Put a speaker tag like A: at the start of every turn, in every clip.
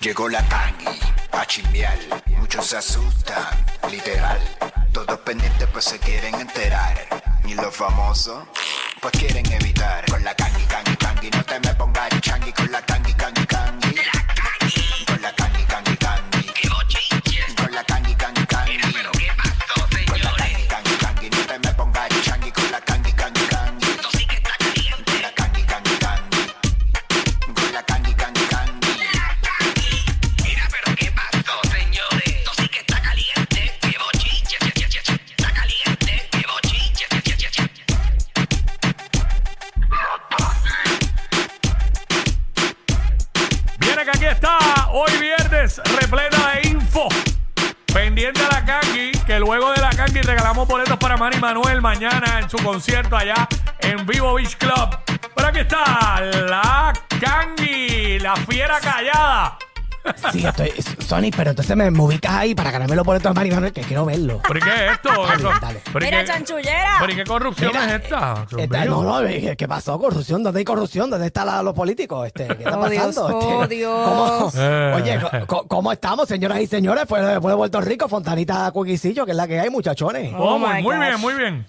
A: Llegó la tangi a chimbiar, muchos se asustan, literal. Todos pendientes pues se quieren enterar. Y los famosos pues quieren evitar. Con la tangi, tangi, tangi, no te me pongas changi. Con la tangi, tangi, tangi. Con la tangi, tangi, tangi. Con la tangi, tangi, tangi. Con la tangi, tangi, tangi, no te me pongas changi. Con la tangi, tangi, tangi. Con la tangi, tangi, tangi. Con la tangi, tangi, tangi.
B: Mira, pero qué pasó, señores. Esto sí que está caliente, qué bochinche, che, che, che, che. está caliente, qué bochinche, che, che, che, che.
C: Viene que aquí está, hoy viernes, repleta de info. Pendiente a la Kangi, que luego de la Kangi regalamos boletos para Manny Manuel mañana en su concierto allá en Vivo Beach Club. Pero aquí está la Kangi, la fiera callada.
D: Sí, estoy. Sony, pero entonces me, me ubicas ahí para ganarme los boletos de Mari Manuel, que quiero verlo.
C: ¿Pero y qué es esto? Eso-
D: dale.
C: ¿Pero y
E: Mira,
C: qué-
E: chanchullera.
C: ¿Pero y qué corrupción
D: Mira,
C: es esta? Dios
D: Está-
C: mío.
D: no, no, eh, ¿qué pasó? ¿Corrupción? ¿Dónde hay corrupción? ¿Dónde están la- los políticos? Este, ¿Qué está
E: Oh, Dios,
D: pasando? Este,
E: oh, Dios.
D: ¿cómo-
C: Eh.
D: oye, co- co- ¿cómo estamos, señoras y señores? Fue de Puerto Rico, Fontanita Cuiquicillo, que es la que hay, muchachones.
C: Oh,
E: Oh,
C: muy,
E: my
C: muy bien,
E: gosh.
C: muy bien.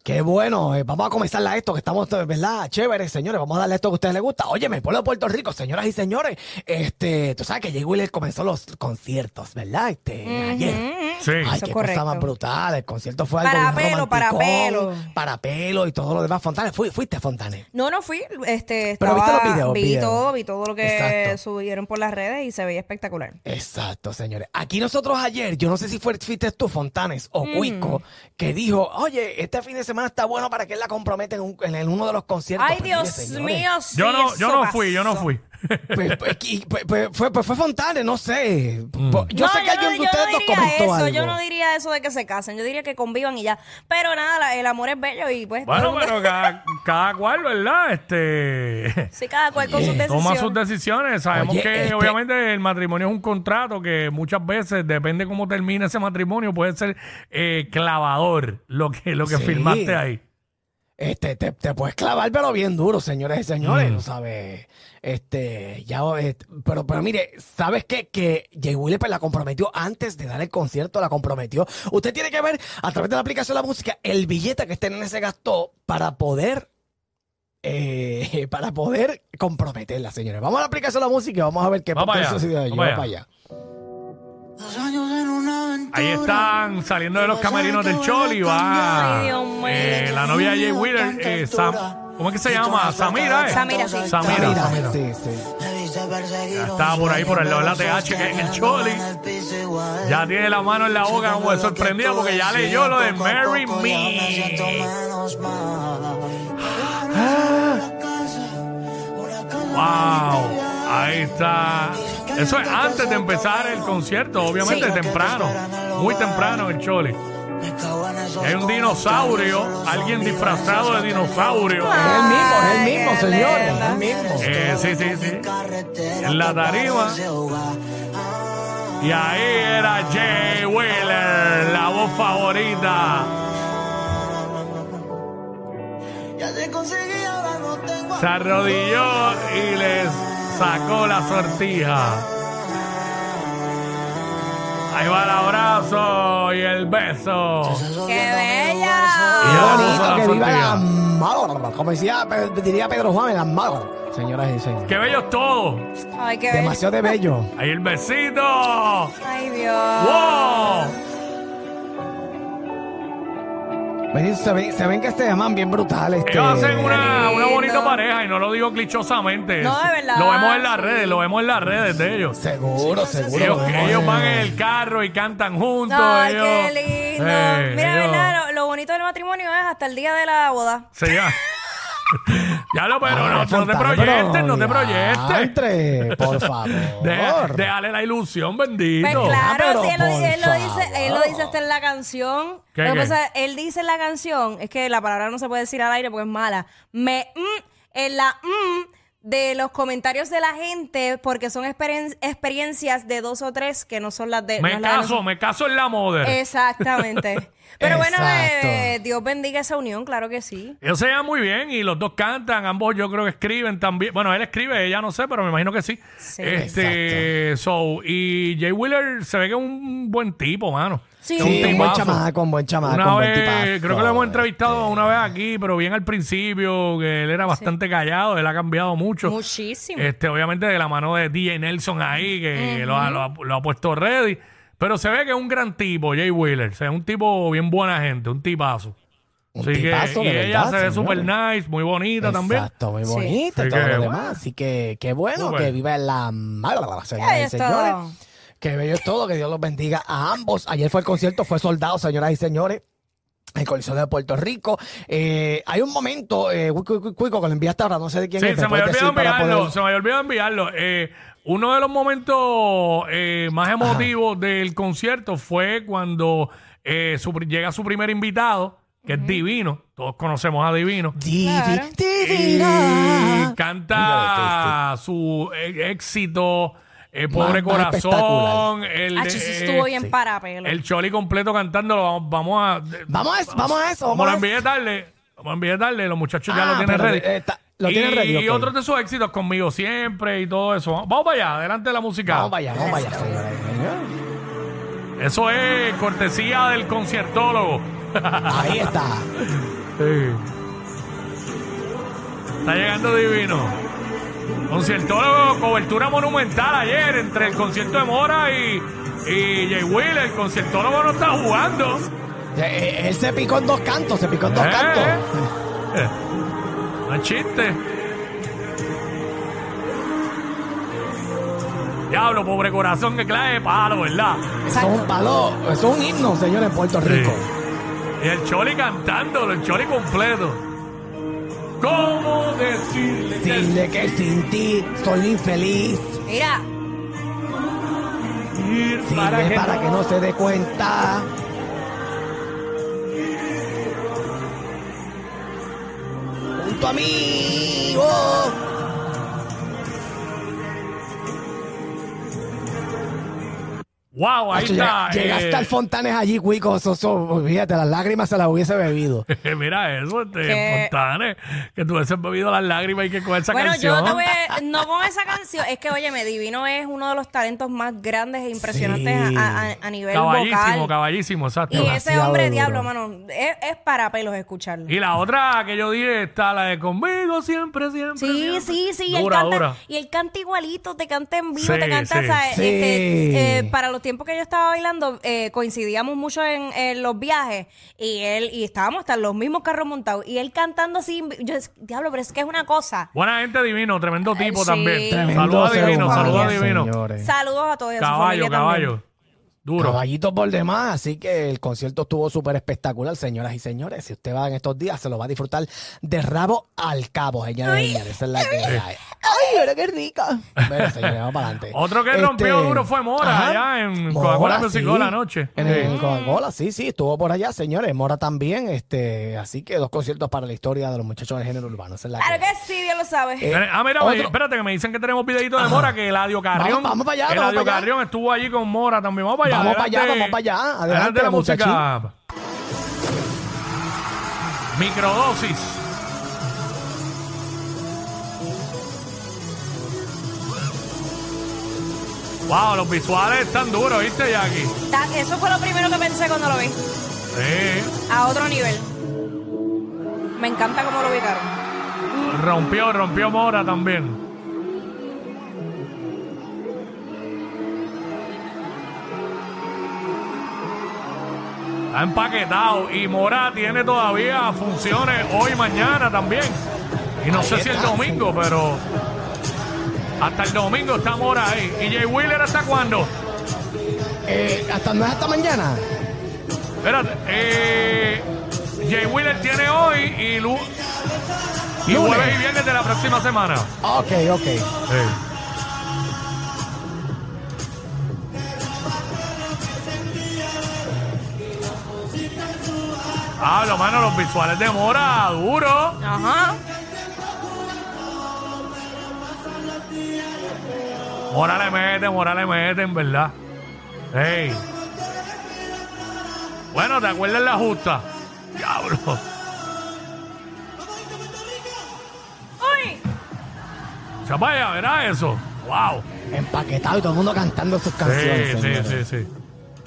D: Qué bueno, eh, vamos a comenzarla esto, que estamos, eh, ¿verdad? Chévere, señores, vamos a darle esto que a ustedes les gusta. Oye, mi pueblo de Puerto Rico, señoras y señores, este, tú sabes que Jay Wheeler comenzó los conciertos, ¿verdad? Este, ayer.
C: Sí.
D: Ay,
E: Eso
D: qué
E: es correcto.
D: cosa más brutal. El concierto fue algo
E: Para
D: bien
E: pelo, para
D: romanticón,
E: pelo.
D: Para pelo y todo lo demás. Fontanes, fui, fuiste a Fontanes.
E: No, no fui. Este,
D: Pero viste
E: estaba-
D: los videos,
E: Vi
D: videos.
E: todo, vi todo lo que
D: Exacto.
E: subieron por las redes y se veía espectacular.
D: Exacto, señores. Aquí nosotros ayer, yo no sé si fue, fuiste tú, Fontanes
E: Mm.
D: o Cuico, que dijo, oye, este fin de semana está bueno para que él la comprometa en, un- en el- uno de los conciertos.
E: Ay,
D: Pues,
E: Dios
D: mire, señores,
E: mío, sí,
C: Yo no,
E: eso
C: yo no fui, yo no
E: pasó.
C: fui.
D: Pues, pues, y- pues, pues, fue, pues fue Fontanes, no sé. Po- Yo
E: No,
D: sé que alguien
E: no-
D: de
E: yo
D: ustedes
E: no
D: dos
E: diría
D: comentó
E: eso,
D: algo.
E: Yo no diría eso de que se casen, yo diría que convivan y ya. Pero nada, la- el amor es bello y pues... todo
C: Bueno,
E: el mundo-
C: pero cada, cada cual, ¿verdad? Este.
E: Sí, cada cual con sus decisiones.
C: Toma sus decisiones. Sabemos
D: Oye,
C: que
D: este-
C: obviamente el matrimonio es un contrato que muchas veces, depende cómo termine ese matrimonio, puede ser eh, clavador lo que, lo que
D: Sí.
C: firmaste ahí.
D: Este, te, te puedes clavar, pero bien duro, señores y señores,
C: Mm.
D: ¿no sabes? Este, ya, eh, pero, pero mire, ¿sabes qué? Que Jay Wheeler pues, la comprometió antes de dar el concierto, la comprometió. Usted tiene que ver a través de la aplicación de la música el billete que este nene se gastó para poder, eh, para poder comprometerla, señores. Vamos a la aplicación de la música y vamos a ver qué
C: Vamos
D: qué
C: allá,
D: sucedió. Yo
C: vamos
D: voy
C: allá.
D: para allá.
C: Ahí están saliendo de los camerinos del Choli. Va
E: Ay, Dios mío.
C: eh, la novia de Jay Wheeler, eh, Sam- ¿cómo es que se llama? Samira, ¿eh?
E: Samira, sí.
C: Samira.
D: Mira,
C: Samira.
D: sí, sí.
C: Ya
F: Ya
C: estaba por ahí, por el lado de la TH, que es el Choli. Ya tiene la mano en la boca como de sorprendida porque ya leyó lo de Mary Me. Wow, ahí está. Eso es antes de empezar el concierto, obviamente
E: Sí.
C: temprano, muy temprano el Choli. Hay un dinosaurio, alguien disfrazado de dinosaurio.
D: Es el mismo, es el
E: Ay,
D: mismo,
E: qué
D: señores, Ah. es el
E: linda.
D: mismo.
C: Eh, sí, sí, sí. En la tarima. Y ahí era Jay Wheeler, la voz favorita. Se arrodilló y les sacó la sortija. Ahí va el abrazo y el beso.
E: ¡Qué
C: Y
E: bella!
C: ya
D: Qué
C: puso
D: bonito
C: la
D: que viva
C: sortija.
D: la Madonna, como decía, pues, diría Pedro Juan, la Madonna. Señoras y señores.
C: ¡Qué bello es todo!
E: Ay, qué bella.
D: Demasiado de bello.
C: Ahí el besito.
E: Ay, Dios.
C: ¡Wow!
D: Ven, Se ven, se ven que se llaman bien brutales. este.
C: Ellos hacen una, una bonita
E: lindo.
C: pareja y no lo digo clichosamente.
E: No, de verdad.
C: Lo vemos en las redes, lo vemos en las redes de ellos.
D: Seguro, seguro.
C: Ellos,
D: lo vemos.
C: ellos van en el carro y cantan juntos.
E: Ay,
C: ellos-
E: qué lindo.
C: Eh,
E: Mira,
C: ellos-
E: ¿verdad? bonito del matrimonio es hasta el día de la boda.
C: Sí, ya. ya lo, pero
E: Ah,
C: no, no te proyectes, no te proyectes.
D: proyectes. Por favor.
C: Deja- Déjale la ilusión,
E: Pues
C: bendito.
E: claro,
D: Ah, pero
E: sí, él, lo,
D: por
E: él lo dice, él lo
D: favor.
E: dice hasta en la canción.
C: ¿Qué,
E: lo que
C: qué?
E: pasa, es, él dice en la canción, es que la palabra no se puede decir al aire porque es mala. Me mm, en la mm, de los comentarios de la gente, porque son experen- experiencias de dos o tres que no son las de. no
C: Me
E: es la Eh, de
C: caso, me caso en la moda.
E: nosotros. Exactamente. Pero bueno,
D: Exacto.
E: eh, Dios bendiga esa unión, claro que sí.
C: Ellos se llevan muy bien y los dos cantan, ambos yo creo que escriben también. Bueno, él escribe, ella no sé, pero me imagino que sí.
E: Sí.
C: este, so, y Jay Wheeler se ve que es un buen tipo, mano.
E: Sí.
C: Es
D: Sí, un buen
C: tipazo.
D: chamaco, un buen chamaco,
C: Una
D: un buen
C: vez,
D: tipazo. Este.
C: creo que lo hemos entrevistado una vez aquí, pero bien al principio, que él era bastante callado, él ha cambiado mucho.
E: Muchísimo.
C: Este, obviamente de la mano de DJ Nelson ahí, que lo, ha, lo ha- lo ha puesto ready. Pero se ve que es un gran tipo, Jay Wheeler. O sea, es un tipo bien buena gente, un tipazo.
D: Un
C: Así que,
D: tipazo,
C: y
D: de
C: ella
D: verdad,
C: se ve
D: señores.
C: súper nice, muy bonita también.
D: Exacto, muy
E: Sí.
D: bonita y
C: Así
D: todo
C: que,
D: lo demás. Así que qué bueno
C: súper.
D: que viva la mala,
E: Ahí
D: señoras y
E: es
D: señores.
E: todo.
D: Que bello es todo, que Dios los bendiga a ambos. Ayer fue el concierto, fue soldado, señoras y señores. El Coliseo de Puerto Rico. Eh, hay un momento, eh, Cuico, Cuico, Cuico, que lo enviaste ahora, no sé de quién
C: Sí,
D: es. ¿me
C: se me, había
D: puedes
C: olvidado
D: decir para
C: enviarlo,
D: poder-
C: se me había olvidado enviarlo. Eh, uno de los momentos eh, más emotivos del concierto fue cuando eh, su pri- llega su primer invitado, que es Divino. Todos conocemos a Divino.
D: Divi-
C: Y
D: divina.
C: canta su eh, éxito, eh, Pobre
D: este, Más- más
C: Corazón, el,
E: Ah, sí, sí,
C: eh,
E: estuvo bien para pelo.
C: el Choli completo cantándolo. Vamos, vamos a...
D: Vamos a eso, vamos a eso.
C: Como
D: Vamos
C: lo
D: a eso.
C: envié tarde, como lo envié tarde, los muchachos ya
D: Ah,
C: lo tienen
D: pero,
C: ready.
D: eh, está- lo
C: y,
D: tienen ready,
C: Y
D: ok.
C: otros de sus éxitos conmigo siempre y todo eso. Vamos, vamos para allá, adelante la música.
D: Vamos para allá, vamos para allá, señoras y señores.
C: Eso es cortesía del conciertólogo.
D: Ahí está.
C: Está llegando divino. Conciertólogo, cobertura monumental ayer entre el concierto de Mora y, y Jay Wheeler. El conciertólogo no está jugando.
D: Eh, eh, Él se picó en dos cantos, se picó en dos
C: Eh,
D: cantos.
C: eh. Eh, No es chiste. Diablo, pobre corazón, que clave de palo, ¿verdad?
D: Eso es un palo, eso es un himno, señores, en Puerto Rico.
C: Y el Choli cantando, el Choli completo. ¿Cómo decirle que
D: Dile que sin ti soy infeliz.
E: Mira,
C: ir
D: Sirve para, que no se dé cuenta. Junto a mí. oh.
C: Wow, ahí
D: Macho,
C: está.
D: llega- llegaste
C: eh,
D: al Fontanes allí, cuico. Eso, eso, olvídate, las lágrimas se las hubiese bebido.
C: Mira eso, este,
E: Que-
C: Fontanes, que tú hubieses bebido las lágrimas y que con esa
E: bueno,
C: canción.
E: yo te voy a- no con esa canción, es que oye, me divino es uno de los talentos más grandes e impresionantes
D: Sí.
E: a, a- a nivel
C: caballísimo,
E: vocal.
C: caballísimo, exacto.
E: Y ese
D: Demasiado
E: hombre,
D: duro.
E: diablo, mano, es, es para pelos escucharlo.
C: Y la otra que yo dije está la de conmigo siempre, siempre.
E: Sí,
C: siempre.
E: sí, sí, él
C: Dura,
E: canta,
C: dura.
E: y él canta igualito, te canta en vivo,
C: Sí,
E: te canta,
C: sí.
E: ¿sabes?
D: Sí.
E: Este, eh, para los tiempos que yo estaba bailando, eh, coincidíamos mucho en, en los viajes y él, y estábamos hasta en los mismos carros montados, y él cantando así, yo, diablo, pero es que es una cosa.
C: Buena gente divino, tremendo tipo
E: sí.
C: también.
D: Tremendo
C: Saludos
D: ser
C: divino,
D: humano,
C: saludos divino.
D: señores.
E: Saludos a todos. y a su
C: Caballo,
E: familia también.
C: caballo. Duro.
D: Caballito por demás, así que el concierto estuvo súper espectacular, señoras y señores. Si usted va en estos días, se lo va a disfrutar de rabo al cabo, señores y señores. Esa es la que hay. ¡Ay, pero qué rica! Bueno, señores, vamos Este, para adelante.
C: Otro que rompió duro fue Mora, allá en Coca-Cola Music Hall anoche.
D: En el Coca-Cola, sí, sí, estuvo por allá, señores. Mora también, este, así que dos conciertos para la historia de los muchachos del género urbano. Esa es la
E: Claro
D: que hay.
E: que sí, Dios lo sabe.
D: Eh,
C: ah, mira,
D: otro-
C: oye, espérate que me dicen que tenemos videito de Mora, que Eladio Carrión.
D: Vamos- vamos para allá, vamos
C: Eladio
D: para allá.
C: Carrión estuvo allí con Mora también. Vamos para allá.
D: Vamos para allá,
C: adelante.
D: vamos para allá. Adelante,
C: Adelante la música.
D: muchachín.
C: Microdosis. Wow, los visuales están duros, ¿viste, Jackie?
E: Ta- Eso fue lo primero que pensé cuando lo vi.
C: Sí.
E: A otro nivel. Me encanta cómo lo ubicaron.
C: Rompió, rompió Mora también. Está empaquetado y Mora tiene todavía funciones hoy, mañana también. Y no
D: Ahí
C: sé si el
D: está,
C: domingo, pero hasta el domingo está Mora ahí. ¿Y Jay Wheeler hasta cuándo?
D: eh, hasta no es hasta mañana.
C: Espérate, eh, y lu- y
D: Lunes.
C: jueves y viernes de la próxima semana.
D: Ok, ok.
C: Ah, lo mano, los visuales de Mora, duro.
E: Ajá.
C: Mora le mete, Mora le mete, en verdad. Ey. Bueno, ¿te acuerdas la justa? Diablo.
E: ¡Uy!
C: Se vaya, verá eso. Wow.
D: Empaquetado y todo el mundo cantando sus canciones.
C: Sí, sí,
D: señores.
C: sí, sí.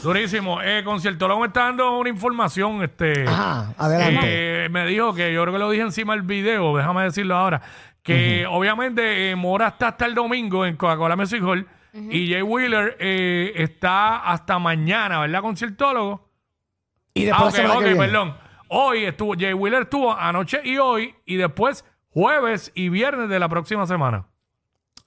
C: Durísimo. Eh, Conciertólogo me está dando una información, este.
D: Ajá, adelante.
C: Eh, me dijo que yo creo que lo dije encima del video, déjame decirlo ahora, que obviamente eh, Mora está hasta el domingo en Coca-Cola Music Hall y Jay Wheeler eh, está hasta mañana, ¿verdad? Conciertólogo.
D: y
C: Ah,
D: después
C: ok,
D: la semana
C: ok,
D: que viene.
C: perdón. Hoy estuvo, Jay Wheeler estuvo anoche y hoy y después jueves y viernes de la próxima semana.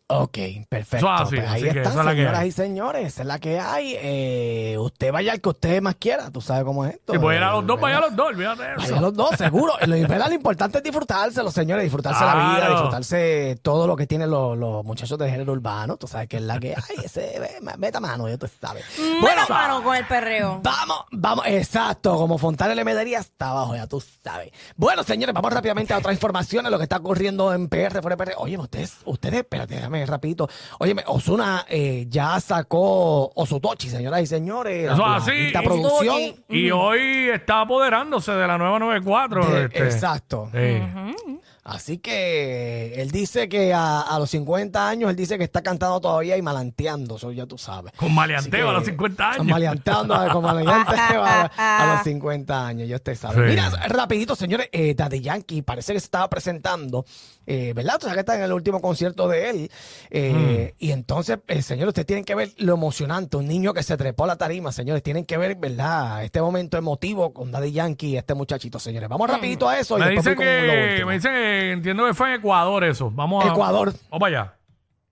D: Ok, perfecto.
C: Eso es así,
D: Pues ahí
C: así que
D: está,
C: esa es la que
D: señoras
C: hay.
D: y señores. Esa es la que hay. Eh, usted vaya al que usted más quiera. Tú sabes cómo es esto.
C: Si voy a pues ir a
D: Eh,
C: los dos, vaya a los dos, olvídate de
D: Vaya
C: eso.
D: a los dos, seguro. Y Lo, ¿verdad? lo importante es disfrutárselo, señores. Disfrutarse la vida,
C: Claro.
D: disfrutarse todo lo que tienen los, los muchachos de género urbano. Tú sabes que es la que hay. Ese, ve- meta mano, ya tú sabes.
E: Bueno, mano con el perreo.
D: Vamos, vamos, exacto, como Fontana le metería hasta abajo, ya tú sabes. Bueno, señores, vamos rápidamente a otra información, a lo que está ocurriendo en PR, fuera de PR. Oye, ustedes, ustedes, espérate, déjame rapidito. Oye, Osuna eh, ya sacó Osutochi, señoras y señores.
C: Eso
D: la,
C: así,
D: esta
C: y-
D: producción.
C: Y hoy está apoderándose de la nueva 94.
D: De-
C: este.
D: exacto.
C: Sí.
D: Así que él dice que a, a los 50 años, él dice que está cantando todavía y malanteando, eso ya tú sabes.
C: Con maleanteo
D: Así
C: a los
D: que,
C: 50 años.
D: Maleanteando, a- con maleanteo a, a los 50 años, yo te sabe.
C: Sí.
D: Mira, rapidito, señores, eh, Daddy Yankee parece que se estaba presentando, eh, ¿verdad? O sea, que está en el último concierto de él.
C: Mm.
D: eh, Y entonces, eh, señores, ustedes tienen que ver lo emocionante, un niño que se trepó a la tarima, señores, tienen que ver, ¿verdad? Este momento emotivo con Daddy Yankee y este muchachito, señores. Vamos rapidito a eso y
C: me,
D: después
C: dicen
D: voy con lo
C: que,
D: último.
C: me dicen que entiendo que fue en Ecuador eso. Vamos a-
D: Ecuador.
C: Vamos para allá.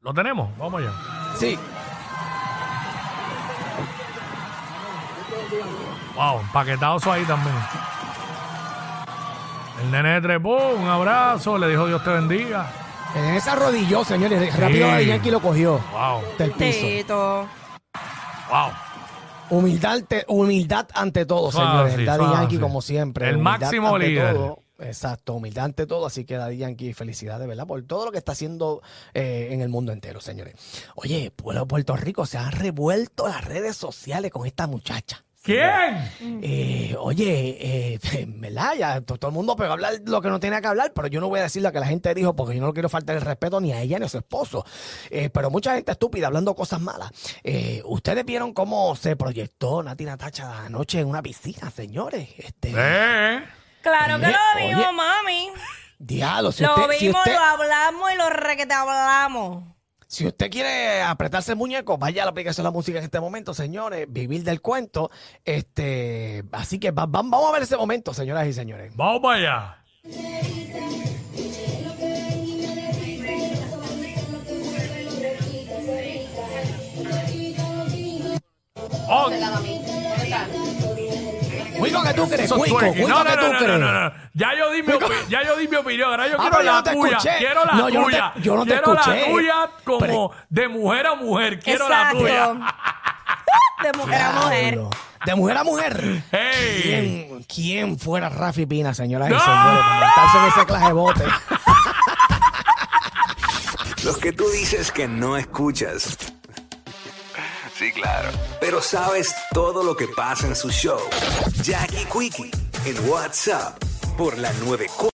C: Lo tenemos, vamos allá.
D: Sí.
C: Wow, empaquetado eso ahí también. El nene de trepó, un abrazo, le dijo Dios te bendiga.
D: En esa arrodilló, señores. Rápido Daddy Yankee lo cogió
C: Wow,
D: del piso.
E: Tito.
C: wow.
D: Humildad, ante- humildad ante todo,
C: Suave,
D: señores. El Daddy
C: suave.
D: Yankee, como siempre.
C: El
D: humildad
C: máximo
D: ante
C: líder.
D: todo. Exacto, humildad ante todo. Así que Daddy Yankee, felicidades, ¿verdad? Por todo lo que está haciendo eh, en el mundo entero, señores. Oye, pueblo de Puerto Rico, se han revuelto las redes sociales con esta muchacha.
C: ¿Quién?
D: Eh, oye, eh, en ¿verdad? Ya, to- todo el mundo pegó a hablar lo que no tenía que hablar, pero yo no voy a decir lo que la gente dijo porque yo no le quiero faltar el respeto ni a ella ni a su esposo. Eh, pero mucha gente estúpida hablando cosas malas. Eh, Ustedes vieron cómo se proyectó Nati Natacha anoche en una piscina, señores. Este,
C: Eh,
E: Claro que
D: Oye,
E: lo vimos,
D: oye.
E: mami.
D: diablo, si
E: Lo
D: usted,
E: vimos,
D: si, usted,
E: lo hablamos y lo requete hablamos.
D: si usted quiere apretarse el muñeco, vaya a la aplicación de la música en este momento, señores. Vivir del cuento. Este, así que va- va- vamos a ver ese momento, señoras y señores.
C: vamos para allá. Oh,
D: Cuico que tú crees,
C: Eso es
D: cuico,
C: twerking.
D: cuico
C: no,
D: que
C: no,
D: tú
C: no, no, no,
D: crees.
C: no, no. Ya yo di mi,
D: Cuico.
C: opi- ya yo di mi opinión. Ahora yo
D: Ah,
C: quiero
D: pero yo
C: la
D: no te
C: tuya.
D: escuché.
C: Quiero la
D: No, yo no te-
C: tuya.
D: yo no te
C: quiero la
D: escuché.
C: tuya como
D: Pero-
C: de mujer a mujer. Quiero
E: Exacto.
C: la tuya.
E: De mujer a mujer.
D: Diablo. De mujer a mujer.
C: Ey.
D: ¿Quién, quién fuera Rafi Pina, señoras
C: ¡No!
D: y señores, para montarse en ese clase de bote?
F: Los que tú dices que no escuchas. Sí, claro. Pero sabes todo lo que pasa en su show. Jackie Quickie en WhatsApp por la 94.